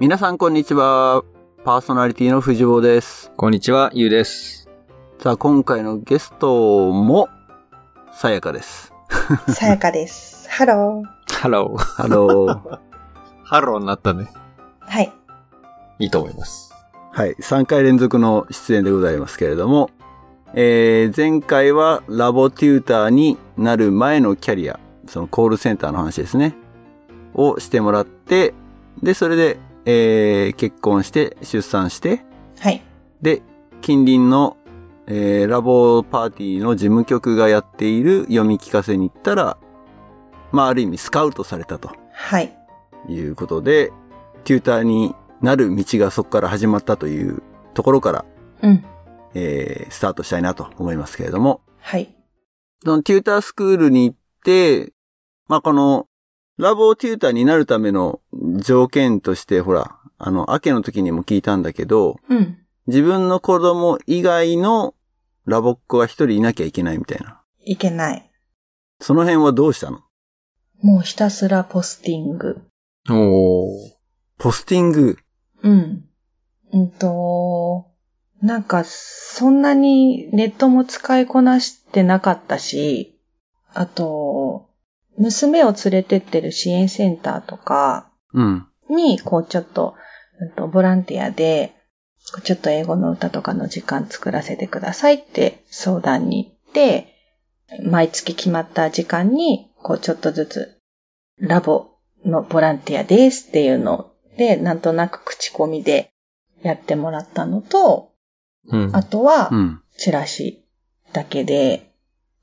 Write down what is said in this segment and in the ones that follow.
皆さんこんにちは。パーソナリティの藤坊です。こんにちは、ゆうです。さあ、今回のゲストも、さやかです。さやかです。ハロー。ハロー。ハロー。ハローになったね。はい。いいと思います。 はい、3回連続の出演でございますけれども、えー、前回はラボテューターになる前のキャリア、そのコールセンターの話ですね、をしてもらって、で、それで、えー、結婚して、出産して、はい。で、近隣の、えーラボパーティーの事務局がやっている読み聞かせに行ったら、まあ、ある意味スカウトされたとはい。いうことで、テューターになる道がそこから始まったというところから、うん。えースタートしたいなと思いますけれども、はい。そのテュータースクールに行って、まあ、この、ラボテューターになるための条件として、ほら、あの、明けの時にも聞いたんだけど、うん。自分の子供以外のラボっ子が一人いなきゃいけないみたいな。いけない。その辺はどうしたのもうひたすらポスティング。おー。ポスティング。うん。うんと、なんか、そんなにネットも使いこなしてなかったし、あと、娘を連れてってる支援センターとかうん。に、こうちょっと、うんとボランティアで、こうちょっと英語の歌とかの時間作らせてくださいって相談に行って、毎月決まった時間に、こうちょっとずつ、ラボのボランティアですっていうので、なんとなく口コミでやってもらったのと、うんあとはう、ん。チラシだけで、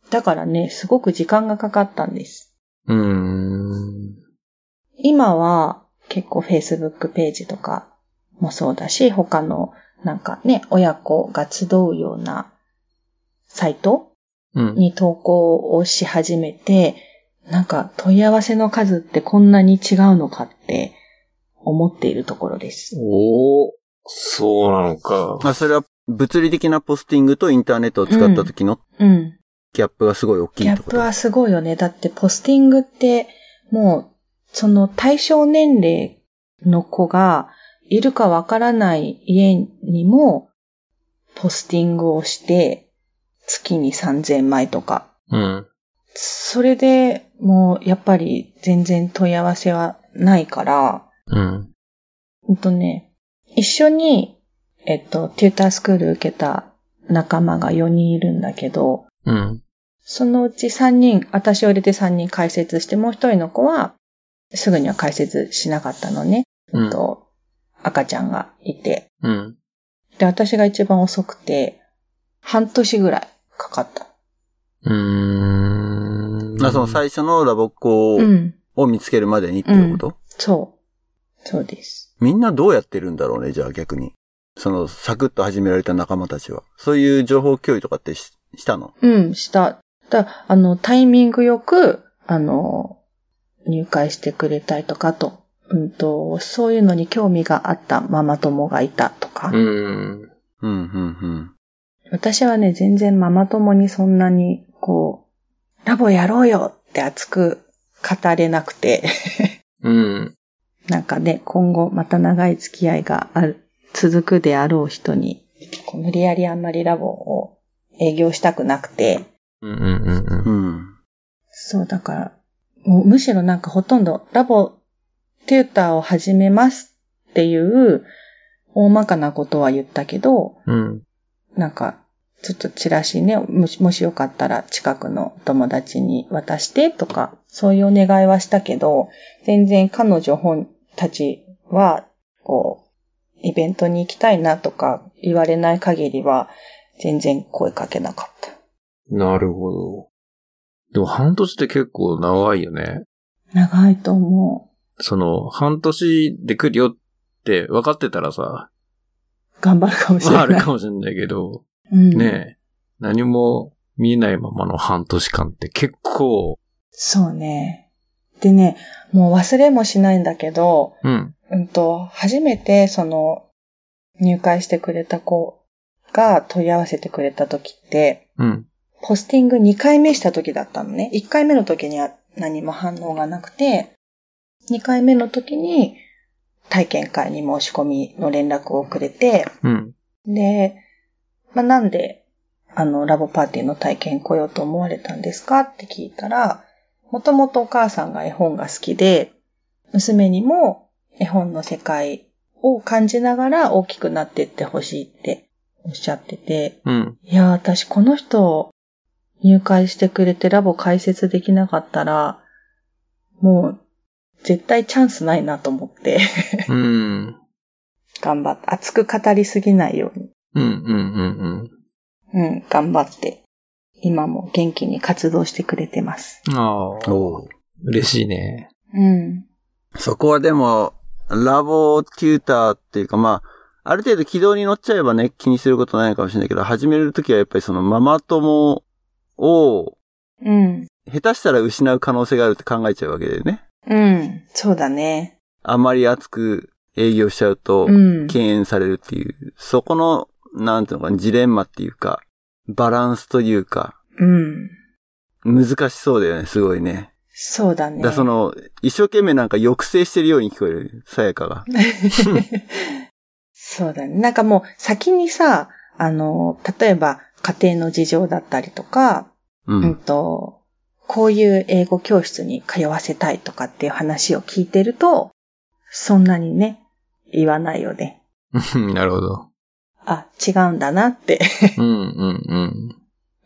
だからね、すごく時間がかかったんです。うーん。今は結構 Facebook ページとかもそうだし、他のなんかね、親子が集うようなサイトうん。に投稿をし始めて、なんか問い合わせの数ってこんなに違うのかって思っているところです。おー。そうなのか。まあ、それは物理的なポスティングとインターネットを使った時のうん。ギャップがすごい大きギいっャてッこと。プはすごいよね。だってポスティングって、もう、その対象年齢の子がいるかわからない家にも、ポスティングをして、月に3000枚とか。うん。それでもう、やっぱり全然問い合わせはないから、うん。ほんとね、一緒に、えっと、テュータースクール受けた仲間が4人いるんだけど、うん。そのうち3人、私を入れて3人解説して、もう1人の子は、すぐには解説しなかったのね。うん。と、赤ちゃんがいて。うん。で、私が一番遅くて、半年ぐらいかかった。うーん。まあ、その最初のラボっ子を,、うん。見つけるまでにっていうこと、そう。そうです。みんなどうやってるんだろうね、じゃあ逆に。その、サクッと始められた仲間たちは。そういう情報共有とかってししたのうん、した。だ、あの、タイミングよく、あの、入会してくれたりとか、あと、うんと、そういうのに興味があったママ友がいたとか。うん。うん、うん、うん。私はね、全然ママ友にそんなに、こう、ラボやろうよって熱く語れなくて、 うん。なんかね、今後また長い付き合いがある、続くであろう人に、こう無理やりあんまりラボを営業したくなくて、うん。うん。うん。うん。そうだから、もうむしろなんかほとんどラボテューターを始めますっていう大まかなことは言ったけど、うん。なんか、ちょっとチラシね、もしもしよかったら近くの友達に渡してとか、そういうお願いはしたけど、全然彼女本たちは、こう、イベントに行きたいなとか言われない限りは、全然声かけなかった。なるほど。でも半年って結構長いよね。長いと思その、半年で来るよって分かってたら さ、う。頑張るかもしれまあなあい。るかもしれないけど、うん、ねえ、何も見えないままの半年間って結構、そうね。でね、もう忘れもしないんだけど、うん、うんと、初めて、その、入会してくれた子が問い合わせてくれた時って、うん、ポスティング2回目した時だったのね。1回目の時には何も反応がなくて、2回目の時に、体験会に申し込みの連絡をくれて、うん。で、まあ、なんで、あの、ラボパーティーの体験来ようと思われたんですかって聞いたら、もともとお母さんが絵本が好きで、娘にも絵本の世界を感じながら大きくなっていってほしいっておっしゃってて、うん。いやー、私この人入会してくれてラボ開設できなかったら、もう絶対チャンスないなと思って、うん。頑張って、熱く語りすぎないようにうん、うん、うん、うん、頑張って、今も元気に活動してくれてます。うん。ああ。おう嬉しいね。 うん。そこはでも、ラボテューターっていうか、まあ、ある程度軌道に乗っちゃえばね、気にすることないのかもしれないけど、始めるときはやっぱりそのママ友を、うん。下手したら失う可能性があるって考えちゃうわけでね。うん。そうだね。あまり熱く営業しちゃうと、うん。敬遠されるっていう、そこの、なんていうのかな、ジレンマっていうか、バランスというか、うん。難しそうだよね、すごいね。そうだね。だその、一生懸命なんか抑制してるように聞こえる、さやかが。 そうだね。なんかもう先にさ、あの、例えば家庭の事情だったりとか、ううんん。と、こういう英語教室に通わせたいとかっていう話を聞いてると、そんなにね、言わないよね。うんなるほど。あ、違うんだなって。 うん、うん、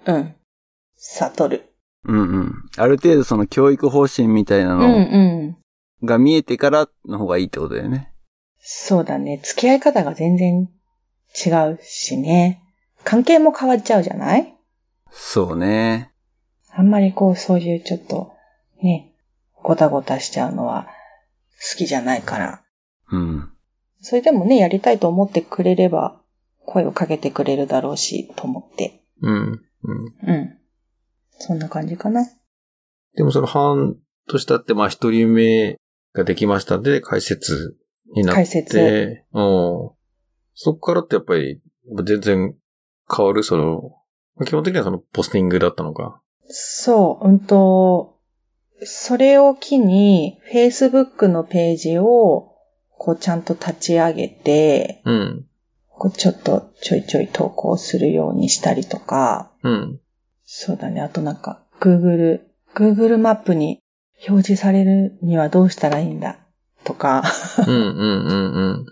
うん。うん。悟る。うんうん。ある程度その教育方針みたいなうんのうん。が見えてからの方がいいってことだよね。そうだね。付き合い方が全然違うしね。関係も変わっちゃうじゃないそうね。あんまりこう、そういうちょっと、ね、ごたごたしちゃうのは好きじゃないから。うん。それでもね、やりたいと思ってくれれば、声をかけてくれるだろうし、と思って。うん、うん。うん。そんな感じかな。でもその半年経って、まあ一人目ができましたんで、解説になって。解説。うん。そこからってやっぱり、全然変わる、その、基本的にはそのポスティングだったのか。そう、うんと、それを機に、Facebook のページを、こうちゃんと立ち上げて、うん。こうちょっとちょいちょい投稿するようにしたりとか、うん。そうだね、あとなんか、Google、Google マップに表示されるにはどうしたらいいんだとか、うん、うん、うん、うん。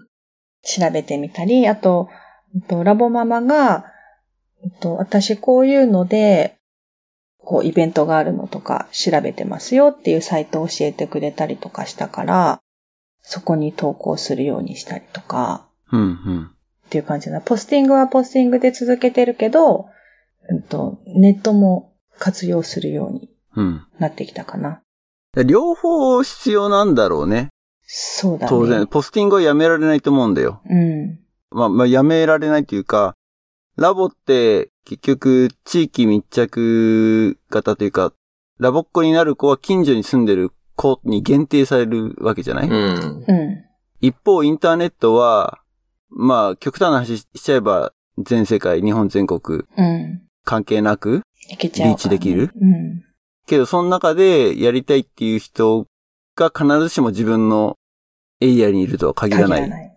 調べてみたり、あと、うんとラボママが、うんと私こういうので、こうイベントがあるのとか調べてますよっていうサイトを教えてくれたりとかしたから、そこに投稿するようにしたりとか、うんうん。っていう感じだな。ポスティングはポスティングで続けてるけど、うんと、ネットも活用するようにうん。なってきたかな。両方必要なんだろうね。そうだね。当然。。ポスティングはやめられないと思うんだよ。うん。まあ、まあ、やめられないというか、ラボって結局地域密着型というか、ラボっ子になる子は近所に住んでる子に限定されるわけじゃない、うん。うん。一方、インターネットは、まあ、極端な話しちゃえば、全世界、日本全国、うん。関係なく、いけちゃリうからね、ーチできるうん。けど、その中でやりたいっていう人が必ずしも自分のエリアにいるとは限らない。限らない。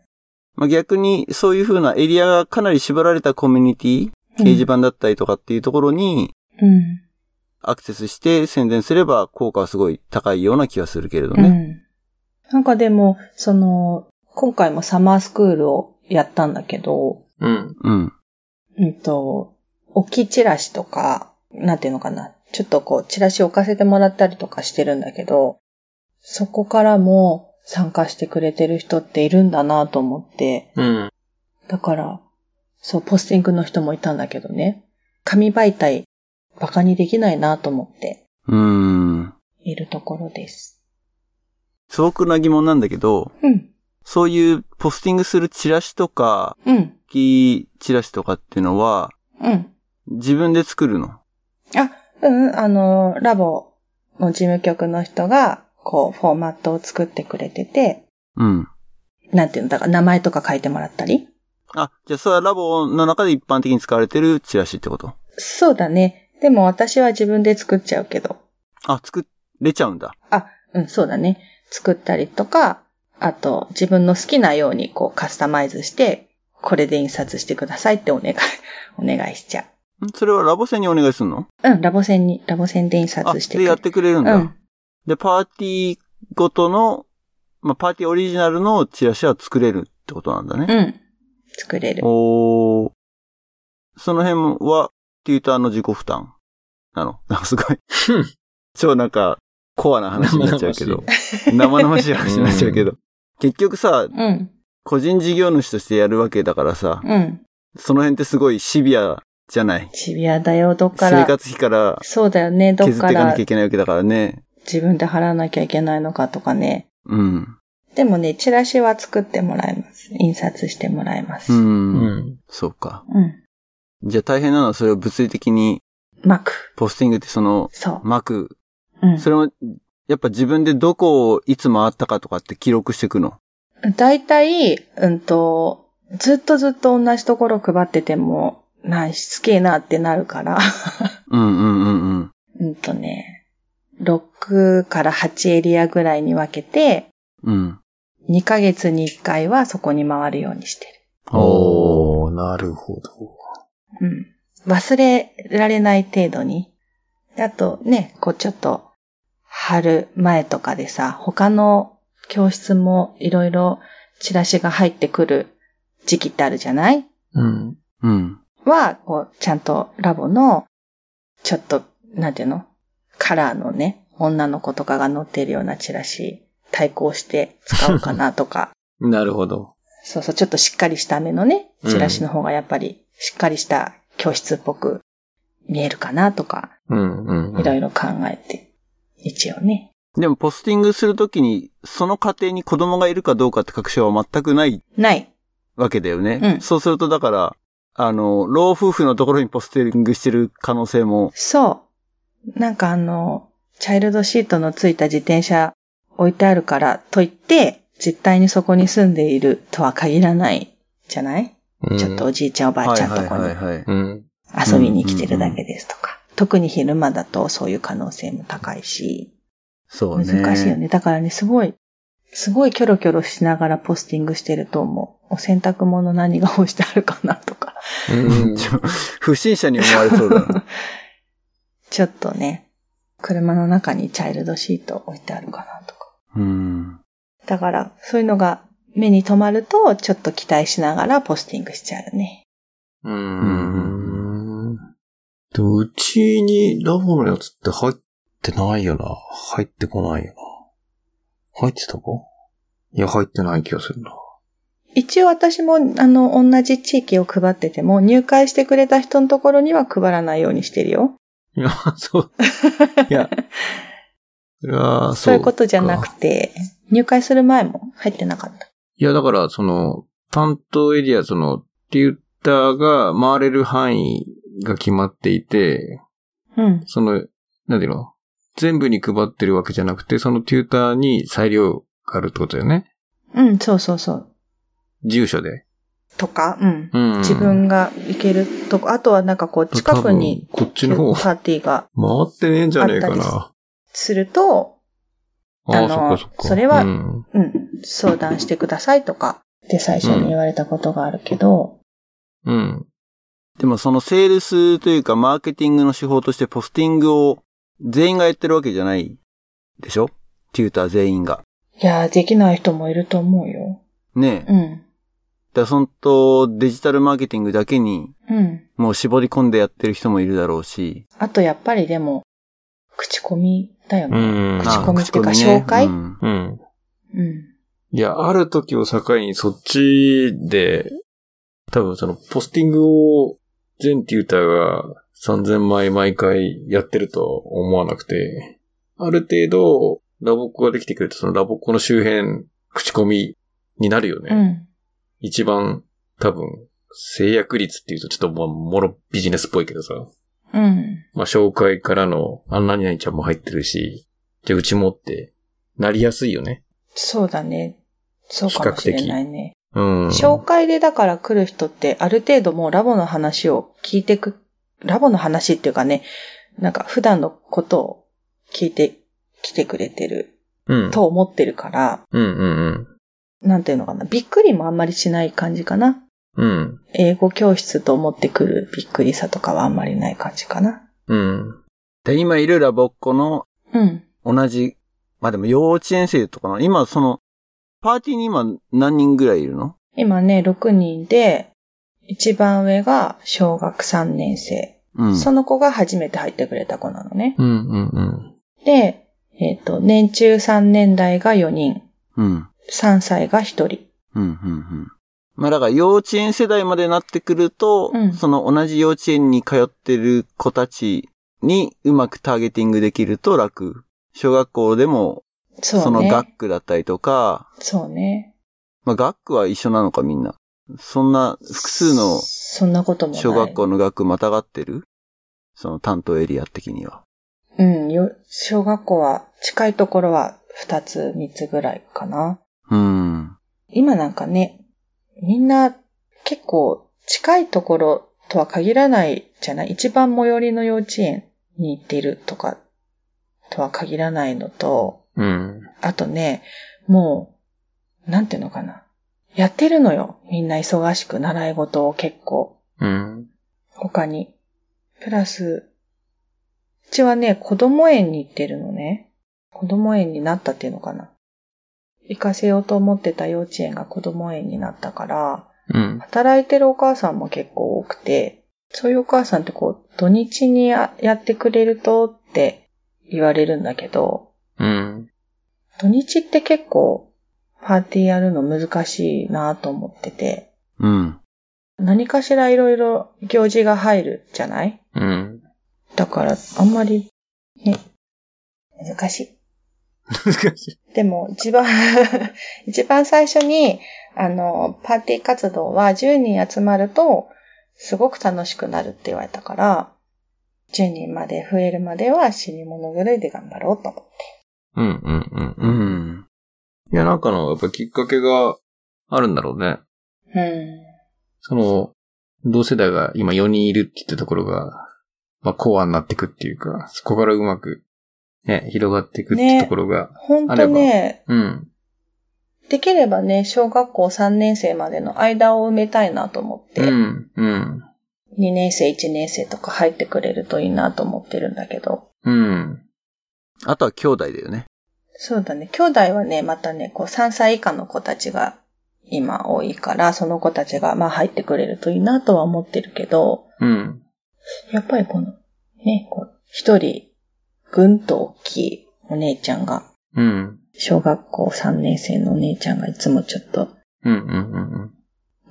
まあ、逆に、そういう風なエリアがかなり絞られたコミュニティ、う掲ん示板だったりとかっていうところにうん。アクセスして宣伝すれば効果はすごい高いような気がするけれどうね。ん。なんかでも、その、今回もサマースクールをやったんだけど、うん。うん。うんと、置きチラシとか、なんていうのかな、ちょっとこう、チラシ置かせてもらったりとかしてるんだけど、そこからも参加してくれてる人っているんだなと思って、うん。だから、そう、ポスティングの人もいたんだけどね、紙媒体、バカにできないなと思ってうん。んいるところです。素朴な疑問なんだけど、うん、そういうポスティングするチラシとか、うん、キーチラシとかっていうのは、うん。自分で作るのあ、うん、あの、ラボの事務局の人が、こう、フォーマットを作ってくれてて、うん。なんていうんだか、名前とか書いてもらったり。あ、じゃあそれはラボの中で一般的に使われてるチラシってことそうだね。でも私は自分で作っちゃうけど。あ、作れちゃうんだ。うん、そうだね。作ったりとか、あと、自分の好きなようにこうカスタマイズして、これで印刷してくださいってお願い、 お願いしちゃそれはラボ線にお願いするのう。うん、ラボ線に、ラボ線で印あ、刷してくでやってくれるんだ。うん。で、パーティーごとの、まあ、パーティーオリジナルのチラシは作れるってことなんだね。うん。作れる。おー。その辺は、テューターの自己負担なの なんかすごい、超なんか、コアな話になっちゃうけど、生々しい話になっちゃうけど、結局さ、うん。個人事業主としてやるわけだからさ、うん。その辺ってすごいシビアじゃないシビアだよ、どっか生ら。活費からそうだよね、どっ削っかていからなきゃいけないわけだからね。自分で払わなきゃいけないのかとかね。うん。でもね、チラシは作ってもらいます。印刷してもらいます。う。うん。うんん。そうか。うん、じゃあ大変なのはそれを物理的に巻く。ポスティングってそのそ巻く。う。うん。それも、やっぱ自分でどこをいつ回ったかとかって記録していくの。大体、うんと、ずっとずっと同じところ配ってても、ないし、好きなってなるから。 うんうんうんうん。うんとね、6から8エリアぐらいに分けて、うん。 2ヶ月に1回はそこに回るようにしておーー、なるほど。る。うん。忘れられない程度に。であとね、こうちょっと、春前とかでさ、他の教室もいろいろチラシが入ってくる時期ってあるじゃないうん。うん。は、こう、ちゃんとラボの、ちょっと、なんていうのカラーのね、女の子とかが載ってるようなチラシ、対抗して使おうかなとか。なるほど。そうそう、ちょっとしっかりした目のね、うんチラシの方がやっぱり、しっかりした教室っぽく見えるかなとか、うん、うんうん。いろいろ考えて、一応ね。でもポスティングするときに、その家庭に子供がいるかどうかって確証は全くないない。わけだよね。うんそうするとだから、あの、老夫婦のところにポスティングしてる可能性も、そう。なんかあの、チャイルドシートのついた自転車置いてあるからといって、実態にそこに住んでいるとは限らないじゃない、うんちょっとおじいちゃんおばあちゃんとこにはい。うん。遊びに来てるだけですとか。特に昼間だとそういう可能性も高いし、そうね。難しいよね。。だからね、すごい、すごいキョロキョロしながらポスティングしてると思う。お洗濯物何が干してあるかなとか。 うん。ちょ不審者に思われそうだな。ちょっとね、車の中にチャイルドシート置いてあるかなとか。うん。だから、そういうのが目に留まると、ちょっと期待しながらポスティングしちゃうね。うーん。でも、うちにラボのやつって入ってないよな。入ってこないよな。入ってたかいや、入ってない気がするな。一応私も、あの、同じ地域を配ってても、入会してくれた人のところには配らないようにしてるよ。いや、そう。いや、それは、そういうことじゃなてくて、入会する前も入ってなかった。いや、だから、その、担当エリア、その、テューターが回れる範囲が決まっていて、うん。その、なんていうの全部に配ってるわけじゃなくて、そのテューターに裁量があるってことだよね。うん、そうそうそう。住所で。とか、うん。うん。自分が行けるとこ、あとはなんかこう、近くに、多分こっパちの方、回ーティーがってねえんじゃねえかあな。すると、あああのそっかそっか。それはうん。うん、相談してくださいとか、って最初に言われたことがあるけど、うん。でもそのセールスというかマーケティングの手法としてポスティングを全員がやってるわけじゃないでしょテューター全員が。いやー、できない人もいると思うよ。ねえ。うん。だからそんとデジタルマーケティングだけにうん。もう絞り込んでやってる人もいるだろうし。あとやっぱりでも、口コミだようね。ん。口コミっていうか口コミ紹介うんうん。うん。いや、ある時を境にそっちで、多分そのポスティングを全テューターが3000枚毎回やってるとは思わなくて、ある程度ラボっ子ができてくるとそのラボっ子の周辺口コミになるよね。うん。一番多分制約率っていうとちょっともうもろビジネスっぽいけどさ。うん。まあ、紹介からの、あんなになにちゃんも入ってるし、じゃあうちもって、なりやすいよね。そうだね。そうかもしれないね。うん。紹介でだから来る人って、ある程度もうラボの話を聞いてく、ラボの話っていうかね、なんか普段のことを聞いてきてくれてるうん。と思ってるから、うんうんうん。なんていうのかな、びっくりもあんまりしない感じかな。うん。英語教室と思ってくるびっくりさとかはあんまりない感じかな。うん。で、今いるラボっ子のうん。同じ、まあでも幼稚園生とかな。今その、パーティーに今何人ぐらいいるの今ね、6人で、一番上が小学3年生。うん。その子が初めて入ってくれた子なのね。うん、うん、うん。で、えっ、と、年中3年代が4人、うん。 3歳が1人。うん、うん、うん。まあだから幼稚園世代までなってくると、うんその同じ幼稚園に通ってる子たちにうまくターゲティングできると楽。小学校でも、そうね。その学区だったりとか、そうね。まあ学区は一緒なのかみんな。そんな複数のそんなこともない。小学校の学区またがってるその担当エリア的には。うん、よ、小学校は近いところは2つ、3つぐらいかな。うん。今なんかね、みんな結構近いところとは限らないじゃない一番最寄りの幼稚園に行ってるとかとは限らないのと、うん。あとね、もう、なんていうのかな。やってるのよ。みんな忙しく習い事を結構、うん。他に。プラス、うちはね、子供園に行ってるのね。子供園になったっていうのかな。行かせようと思ってた幼稚園が子供園になったから、うん。働いてるお母さんも結構多くて、そういうお母さんってこう、土日にややってくれるとって言われるんだけど、うん。土日って結構パーティーやるの難しいなと思ってて、うん。何かしらいろいろ行事が入るじゃないうん。だからあんまり、ね、難しい。難しい。でも一番、 一番最初に、あの、パーティー活動は10人集まるとすごく楽しくなるって言われたから、10人まで増えるまでは死に物狂いで頑張ろうと思って。うん、うん、ううん。ん。いや、なんかの、やっぱきっかけがあるんだろうね。うん。その、同世代が今4人いるって言ったところが、まあ、コアになってくっていうか、そこからうまく、ね、広がっていくってねところが、ほんとね、うん。できればね、小学校3年生までの間を埋めたいなと思って、うん、うん、 2年生、1年生とか入ってくれるといいなと思ってるんだけど、うん、あとは兄弟だよね。そうだね、兄弟はね、またね、こう3歳以下の子たちが今多いから、その子たちがまあ入ってくれるといいなとは思ってるけど、うん、やっぱりこの、ね、こう、一人、ぐんと大きいお姉ちゃんが、うん、小学校3年生のお姉ちゃんがいつもちょっとうん、うん、うん、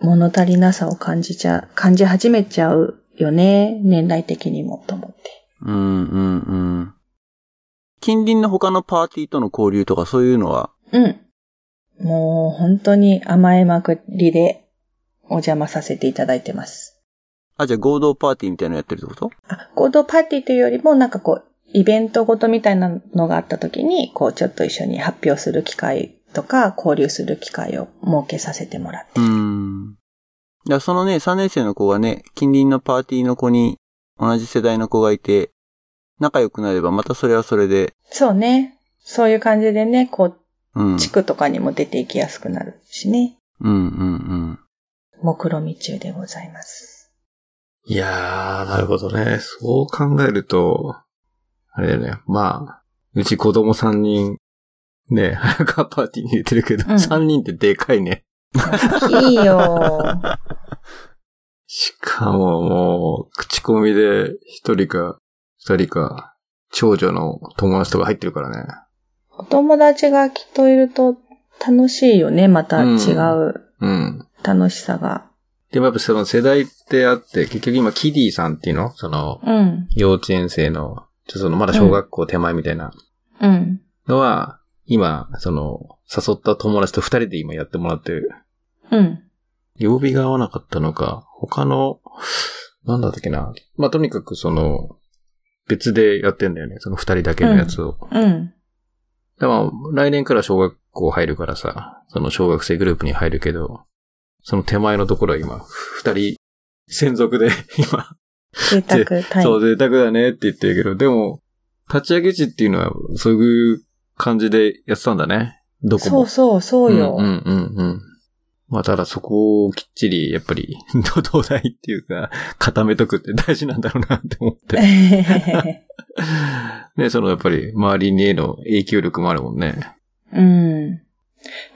物足りなさを感じちゃ、感じ始めちゃうよね。年代的にもと思って。うん、うん、うん。近隣の他のパーティーとの交流とかそういうのは、うん。もう本当に甘えまくりでお邪魔させていただいてます。あ、じゃあ合同パーティーみたいなのやってるってことあ、合同パーティーというよりもなんかこう、イベントごとみたいなのがあった時に、こうちょっと一緒に発表する機会とか、交流する機会を設けさせてもらってうる。ん。いや、そのね、3年生の子がね、近隣のパーティーの子に同じ世代の子がいて、仲良くなればまたそれはそれで、そうね。そういう感じでね、こうん。うう、ん地、区とかにも出ていきやすくなるしね。うん、うん。目論見中でございます。いやー、なるほどね。そう考えると、あれだよね。まあ、うち子供3人、ね、早川パーティーに入れてるけど、うん3人ってでかいね。いいよ。しかももう、口コミで一人か二人か、長女の友達とか入ってるからね。お友達がきっといると楽しいよね。また違ううん。楽しさが。でもやっぱその世代ってあって、結局今キディさんっていうのその、うん。幼稚園生の、ちょっとそのまだ小学校手前みたいなうん。のは、今、その、誘った友達と二人で今やってもらってる。うん。曜日が合わなかったのか、他の、なんだったっけな。まあ、とにかくその、別でやってんだよね。その二人だけのやつを。うん。でも、来年から小学校入るからさ、その小学生グループに入るけど、その手前のところは今、二人、専属で、 今、贅沢タイそう、贅ム。沢だねって言ってるけど、でも、立ち上げ地っていうのは、そういう感じでやってたんだね。どこそもう。そう、そうよ。うんうんうんうん。まあただそこをきっちり、やっぱり、 どどうだいっていうか、固めとくって大事なんだろうなって思 って。ね、そのやっぱり周りにへの影響力もあるもんね。 うん。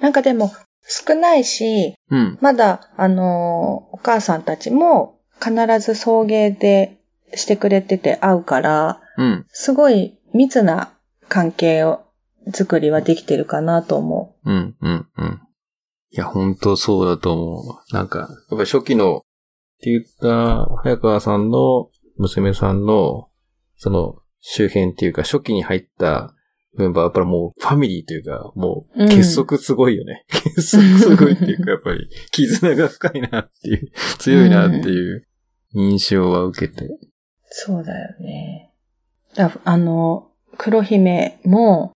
なんかでも、少ないし、うん。まだ、あのーお母さんたちも必ず送迎でしてくれてて会うから、うん。すごい密な関係を、作りはできてるかなと思うん。うん。うん。いや、ほんとそうだと思う。なんか、やっぱ初期の、って言った、早川さんの娘さんの、その、周辺っていうか、初期に入ったメンバー、やっぱりもうファミリーというか、もううん結束すごいよね。 結束すごいっていうか、やっぱり絆が深いなっていう、 強いなっていう印象は受けて。う。そうだよね。だあの、黒姫も、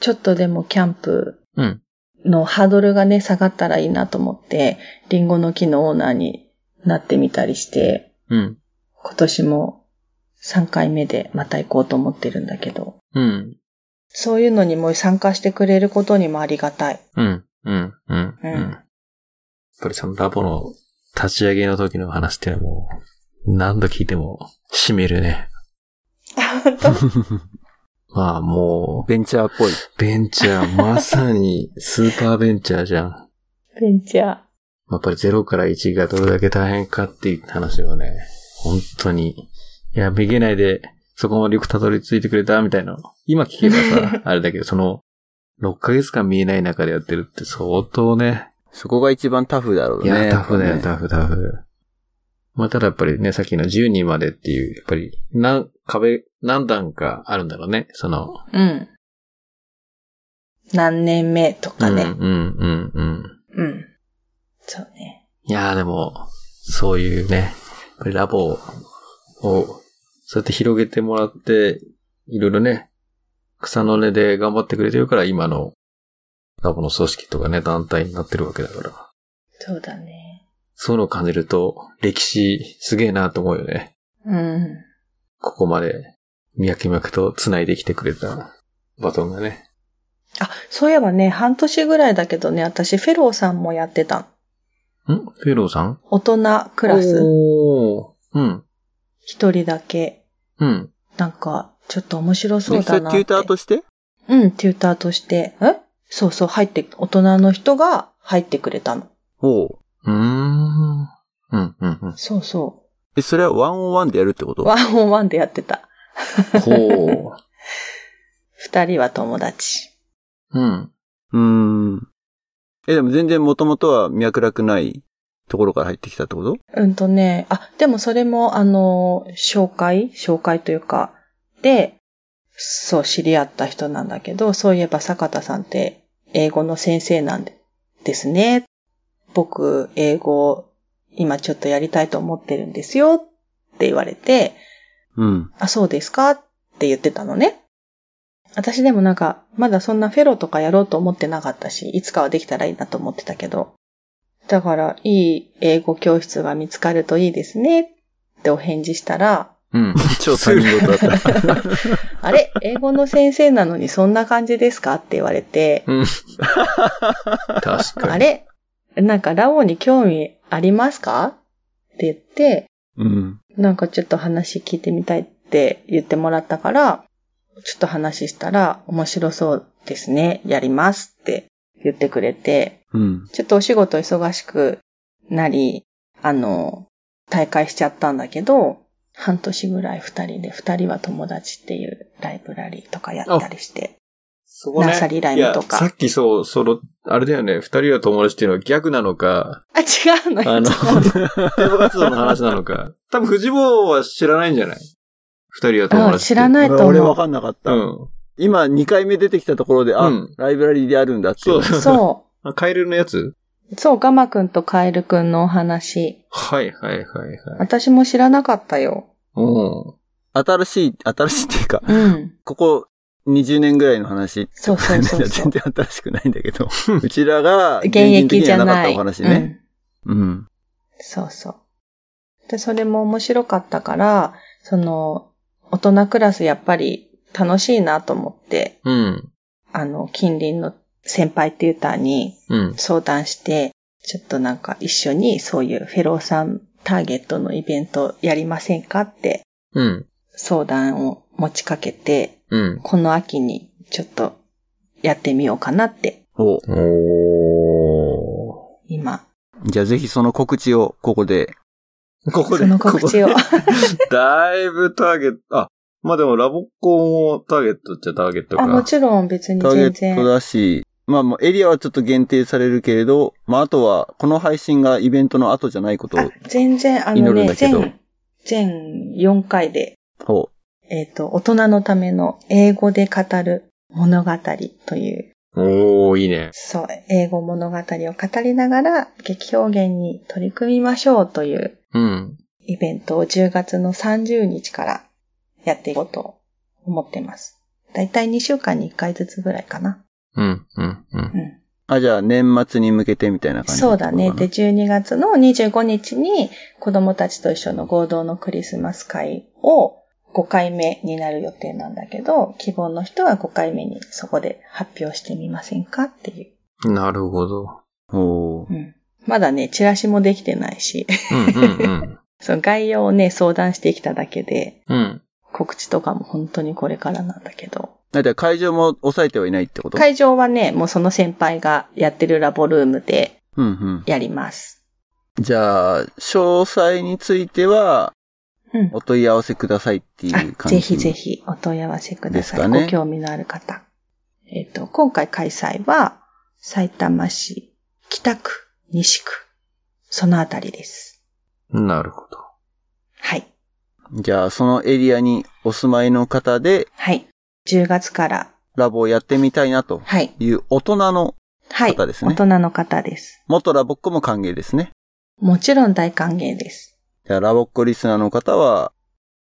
ちょっとでもキャンプうん。のハードルがね、下がったらいいなと思って、リンゴの木のオーナーになってみたりして、うん。今年も3回目でまた行こうと思ってるんだけど、うん。そういうのにも参加してくれることにもありが たい。うん。うん。うん。うんやっぱりそのラボの立ち上げの時の話っていうのはもう、何度聞いても、しみるね。本当まあも ベンチャーっぽい。う、ベンチャー、まさにスーパーベンチャーじゃん。ベンチャやっぱり0から1がどれだけ大変かっていう話はね、本当に。いや、めげないで、そこまでよくたどり着いてくれた、みたいな。今聞けば さ、あれだけど、その、6ヶ月間見えない中でやってるって相当ね、そこが一番タフだろういね。や、タフだよ、やっぱねタフ、タフ。まあ、ただやっぱりね、さっきの10人までっていう、やっぱり、何、壁、何段かあるんだろうね、その。ー。うん。何年目とうかん、うね。ん、うん、うん。うん。そうね。いやーでも、そういうね、やっぱりラボを、そうやって広げてもらって、いろいろね、草の根で頑張ってくれてるから、今の、ラボの組織とかね、団体になってるわけだから。そうだね。そういうのを感じると、歴史すげえなと思うよね。うん。ここまで、脈々と繋いできてくれたバトンがね。あ、そういえばね、半年ぐらいだけどね、私、フェローさんもやってた。んフェローさん大人クラス、おー。うん。一人だけ。うん。なんか、ちょっと面白そうねそだれなっテュて。ーターとしてうん、テューターとして。えそうそう、入って、大人の人が入ってくれたの。おううーん。うん、うん、うん。そうそえ、それはワンオンワンでやるってこう。とワンオンワンでやってた。ほ二人は友達。う。うん。うーん。え、でも全然もともとは脈絡ないところから入ってきたってことうんとね、あ、でもそれも、あの、紹介紹介というか、で、そう、知り合った人なんだけど、そういえば坂田さんって英語の先生なんでですね。僕、英語、今ちょっとやりたいと思ってるんですよって言われて、うん。 あ、そうですかって言ってたのね。私でもなんか、まだそんなフェロとかやろうと思ってなかったし、いつかはできたらいいなと思ってたけど。だから、いい英語教室が見つかるといいですねってお返事したら、うん。超他人事だった。あれ英語の先生なのにそんな感じですかって言われて、確かに。あれなんかラオに興味ありますかって言って、うん。なんかちょっと話聞いてみたいって言ってもらったから、ちょっと話したら面白そうですね、やりますって言ってくれて、うん。ちょっとお仕事忙しくなり、あの、大会しちゃったんだけど、半年ぐらい二人で、二人は友達っていうライブラリーとかやったりして。そナーサリーライムとかいやさっきそう、その、あれだよね、二人は友達っていうのは逆なのか、あ、違うのあよ。 の、 違うテーマ活動の話なのか。多分、藤坊は知らないんじゃない二人は友達のって。あ知らないと俺俺思わう。かんなかった。うん。今2回目出てきたところで、あ、うんライブラリーであるんだって。そうそうそう。そあカエルのやつう。そう、ガマくんとカエルくんのお話。はいはいはいはい。私も知らなかったよ。うん。新しい、新しいっていうか、うん。ここ20年ぐらいの話。そうそうそうそう全然新しく ないんだけど。うちらが、現役じゃない。現人的にはなかったお話ね。うんうん。そうそう。で、それも面白かったから、その、大人クラスやっぱり楽しいなと思って、うん。あの、近隣の先輩テューターにうん。相談して、ちょっとなんか一緒にそういうフェローさんターゲットのイベントやりませんかってうん。相談を持ちかけて、うん。この秋にちょっとやってみようかなっておお今、じゃあぜひその告知をここで。ー。ここその告知を。ここでだいぶターゲット、あ、まあでもラボっ子もターゲットっちゃターゲットか。あ、もちろん別にターゲ全ット然。だし、まあもうエリアはちょっと限定されるけれど、まああとはこの配信がイベントの後じゃないことあ、全然、あの祈るんねだ、けど全、全4回で、を。えっ、と、大人のための英語で語る物語というおー、いいね。そう、英語物語を語りながら、劇表現に取り組みましょうといううん。イベントを10月の30日からやっていこうと思ってます。だいたい2週間に1回ずつぐらいかな。うん、うん、うん。うん。あ、じゃあ年末に向けてみたいな感じそうだね。ってで、12月の25日に子供たちと一緒の合同のクリスマス会を5回目になる予定なんだけど、希望の人は5回目にそこで発表してみませんかっていう。なるほど。ことかなおーうん。まだね、チラシもできてないし。 うん、うん、その概要をね、相談してきただけで、うん。うん。告知とかも本当にこれからなんだけど。だって会場も抑えてはいないってこと会場はね、もうその先輩がやってるラボルームでうんうん。やります。じゃあ、詳細については、うん。お問い合わせくださいっていう感あ、じ。ぜひぜ。ひお問い合わせくださですかい。ねご興味のある方。えっ、と、今回開催は、埼玉市北区、西区、そのあたりです。なるほど。はい。じゃあ、そのエリアにお住まいの方で、はい。10月から、ラボをやってみたいなとはい。いう大人の、はい。方ですね大人の方です。元ラボっ子も歓迎ですね。もちろん大歓迎です。じゃあ、ラボっ子リスナーの方は、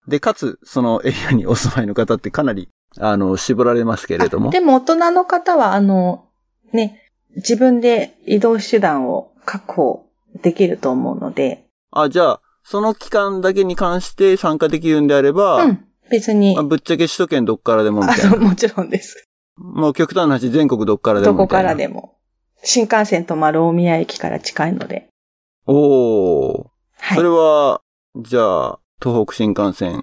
で、かつ、そのエリアにお住まいの方ってかなり、あの、絞られますけれども。でも大人の方は、あの、ね、自分で移動手段を確保できると思うので、あ、じゃあ、その期間だけに関して参加できるんであれば、うん、別にまあ、、ぶっちゃけ首都圏どっからでもみあたいの、な。もちろんです。もう極端な話、全国どっからでもどみたいな。こからでも。新幹線止まる大宮駅から近いので。おー。はいそれ。は、じゃあ、東北新幹 線、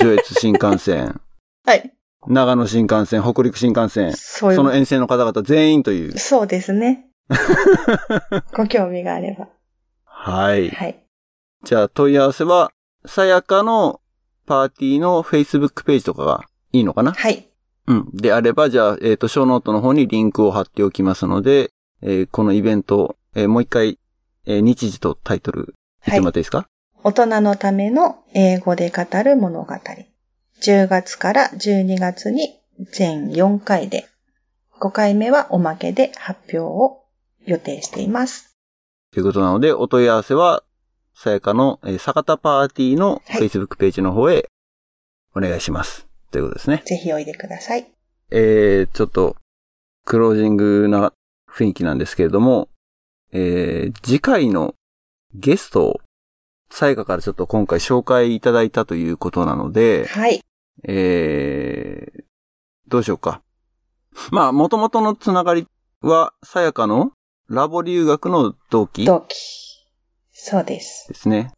上越新幹線、はい。長野新幹線、北陸新幹線、そういそのう。沿線の方々全員という。そうで すね。ご興味があれば。はい。はい。じゃあ、問い合わせは、さやかのパーティーの Facebook ページとかがいいのかなはい。うん。であれば、じゃあ、えっ、と、ショーノートの方にリンクを貼っておきますので、えーこのイベント、えーもう一回、えー日時とタイトル、言ってもらっていいですか、大人のための英語で語る物語。10月から12月に全4回で、5回目はおまけで発表を予定しています。ということなので、お問い合わせは、さやかの、えー坂田パーティーのはい Facebook ページの方へお願いします。ということですね。ぜひおいでください。えー、ちょっと、クロージングな雰囲気なんですけれども、えー、次回のゲストを、さやかからちょっと今回紹介いただいたということなので、はい。えー、どうしようか。まあ、元々のつながりは、さやかのラボ留学の同期同期。そうです。ですね。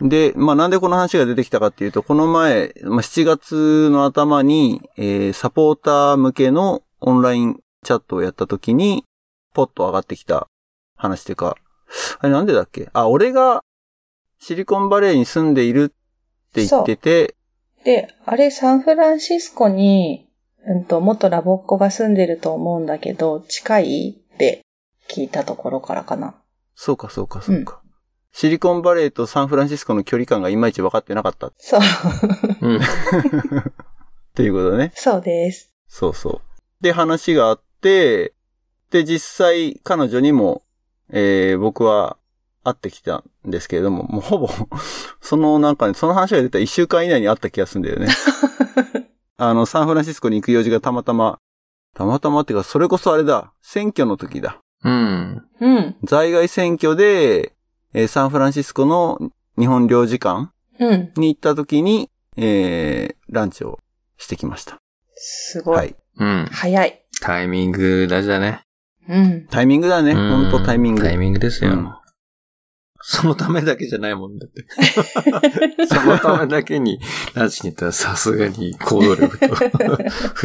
で、まあなんでこの話が出てきたかっていうと、この前、まあ、7月の頭に、えーサポーター向けのオンラインチャットをやった時に、ポッと上がってきた話っていうか、あれなんでだっけあ、俺がシリコンバレーに住んでいるって言ってて、で、あれ、サンフランシスコに、うんと、元ラボっ子が住んでると思うんだけど、近いって聞いたところからかな。そうかそうかそうか。シリコンバレーとサンフランシスコの距離感がいまいち分かってなかったっそう。 うん。ていうことね。そうです。 そうそう。で、話があって、で、実際彼女にも、えー、僕は会ってきたんですけれども、もうほぼ、 そのなんかね、その話が出た1週間以内に会った気がするんだよね。あの、サンフランシスコに行く用事がたまたま、たまたまっていうか、それこそあれだ、選挙の時だ。うん。うん。在外選挙で、えーサンフランシスコの日本領事館うん。に行った時に、えー、ランチをしてきました。すごい。はい。うん。早い。タイミング大事だね。うん。タイミングだね。うんほんとタイミング。タイミングですよ。うんそのためだけじゃないもんだって。そのためだけ に、ラジに行ったらさすがに行動力と、フ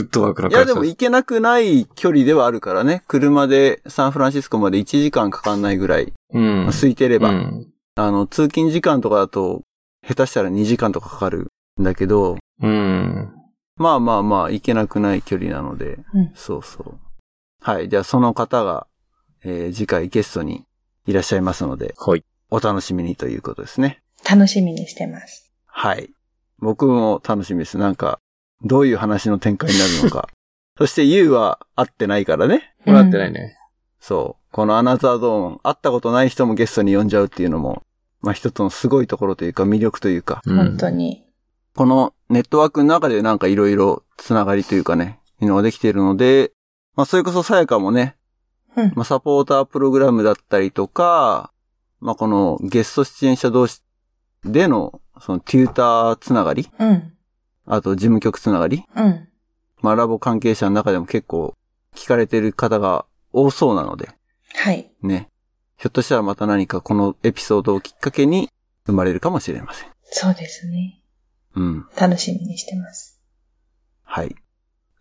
ットワークのいや会で社も行けなくない距離ではあるからね。車でサンフランシスコまで1時間かかんないぐらい。うん。空いてれば。うん。あの、通勤時間とかだと、下手したら2時間とかかかるんだけど、うん。まあまあまあ、行けなくない距離なので、うんそうそう。はい。じゃあその方が、えー次回ゲストにいらっしゃいますので、はい。お楽しみにということですね。楽しみにしてます。はい。僕も楽しみです。なんか、どういう話の展開になるの か。そして、ユウは会ってないからね。もらってないね。そう。このアナザードーン、会ったことない人もゲストに呼んじゃうっていうのも、まあ一つのすごいところというか、魅力というか、うん。本当に。に。このネットワークの中でなんかいろいろつながりというかね、いうのができているので、まあそれこそさやかもね、うん。まあサポータープログラムだったりとか、まあこのゲスト出演者同士での、そのテューターつながり、うん。あと事務局つながり、うん。まあラボ関係者の中でも結構聞かれてる方が多そうなので、はい。ね。ひょっとしたらまた何かこのエピソードをきっかけに生まれるかもしれません。そうですね。うん。楽しみにしてます。はい。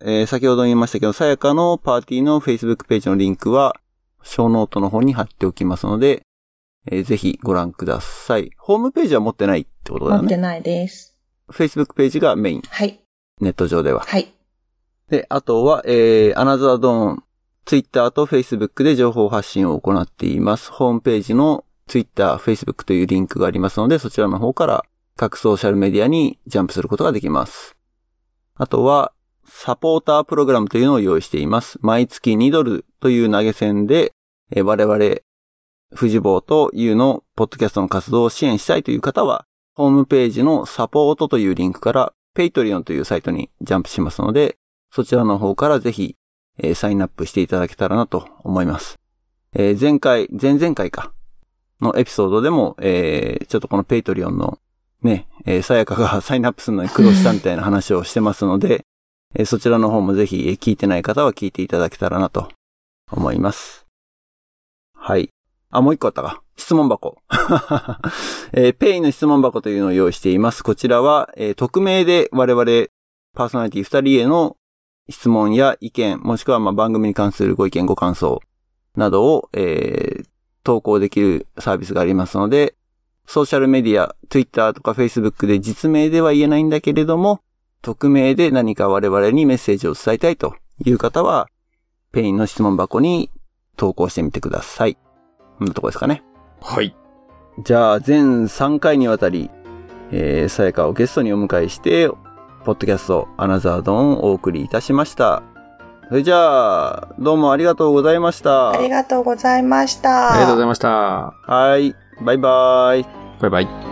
えー先ほど言いましたけど、さやかのパーティーの Facebook ページのリンクは、小ノートの方に貼っておきますので、えーぜひご覧ください。ホームページは持ってないってことだ持よってね。ないです。 Facebook ページがメイン、はい。ネット上では。はい。で、あとは、えー、アナザードーン、Twitter と Facebook で情報発信を行っています。ホームページの Twitter、Facebook というリンクがありますので、そちらの方から各ソーシャルメディアにジャンプすることができます。あとは、サポータープログラムというのを用意しています。毎月2ドルという投げ銭で、えー我々、藤坊と U のポッドキャストの活動を支援したいという方は、ホームページのサポートというリンクから、ペイトリオンというサイトにジャンプしますので、そちらの方からぜひ、えーサインアップしていただけたらなと思います。えー前回、前々回か、のエピソードでも、えーちょっとこのペイトリオンのね、えーさやかがサインアップするのに苦労したみたいな話をしてますので、えーそちらの方もぜひ、えー聞いてない方は聞いていただけたらなと思います。はい。あ、もう一個あったか。質問箱。 えーペイの質問箱というのを用意しています。こちらは、えー匿名で我々パーソナリティ二人への質問や意見、もしくはまあ番組に関するご意見、ご感想などを、えー投稿できるサービスがありますので、ソーシャルメディア、Twitter とか Facebook で実名では言えないんだけれども、匿名で何か我々にメッセージを伝えたいという方は、ペインの質問箱に投稿してみてください。こんなとこですかね。はい。じゃあ、全3回にわたり、えー、さやかをゲストにお迎えして、ポッドキャスト、アナザードーンをお送りいたしました。それじゃあ、どうもありがとうございました。ありがとうございました。ありがとうございました。はい、バイバイ。バイバイ。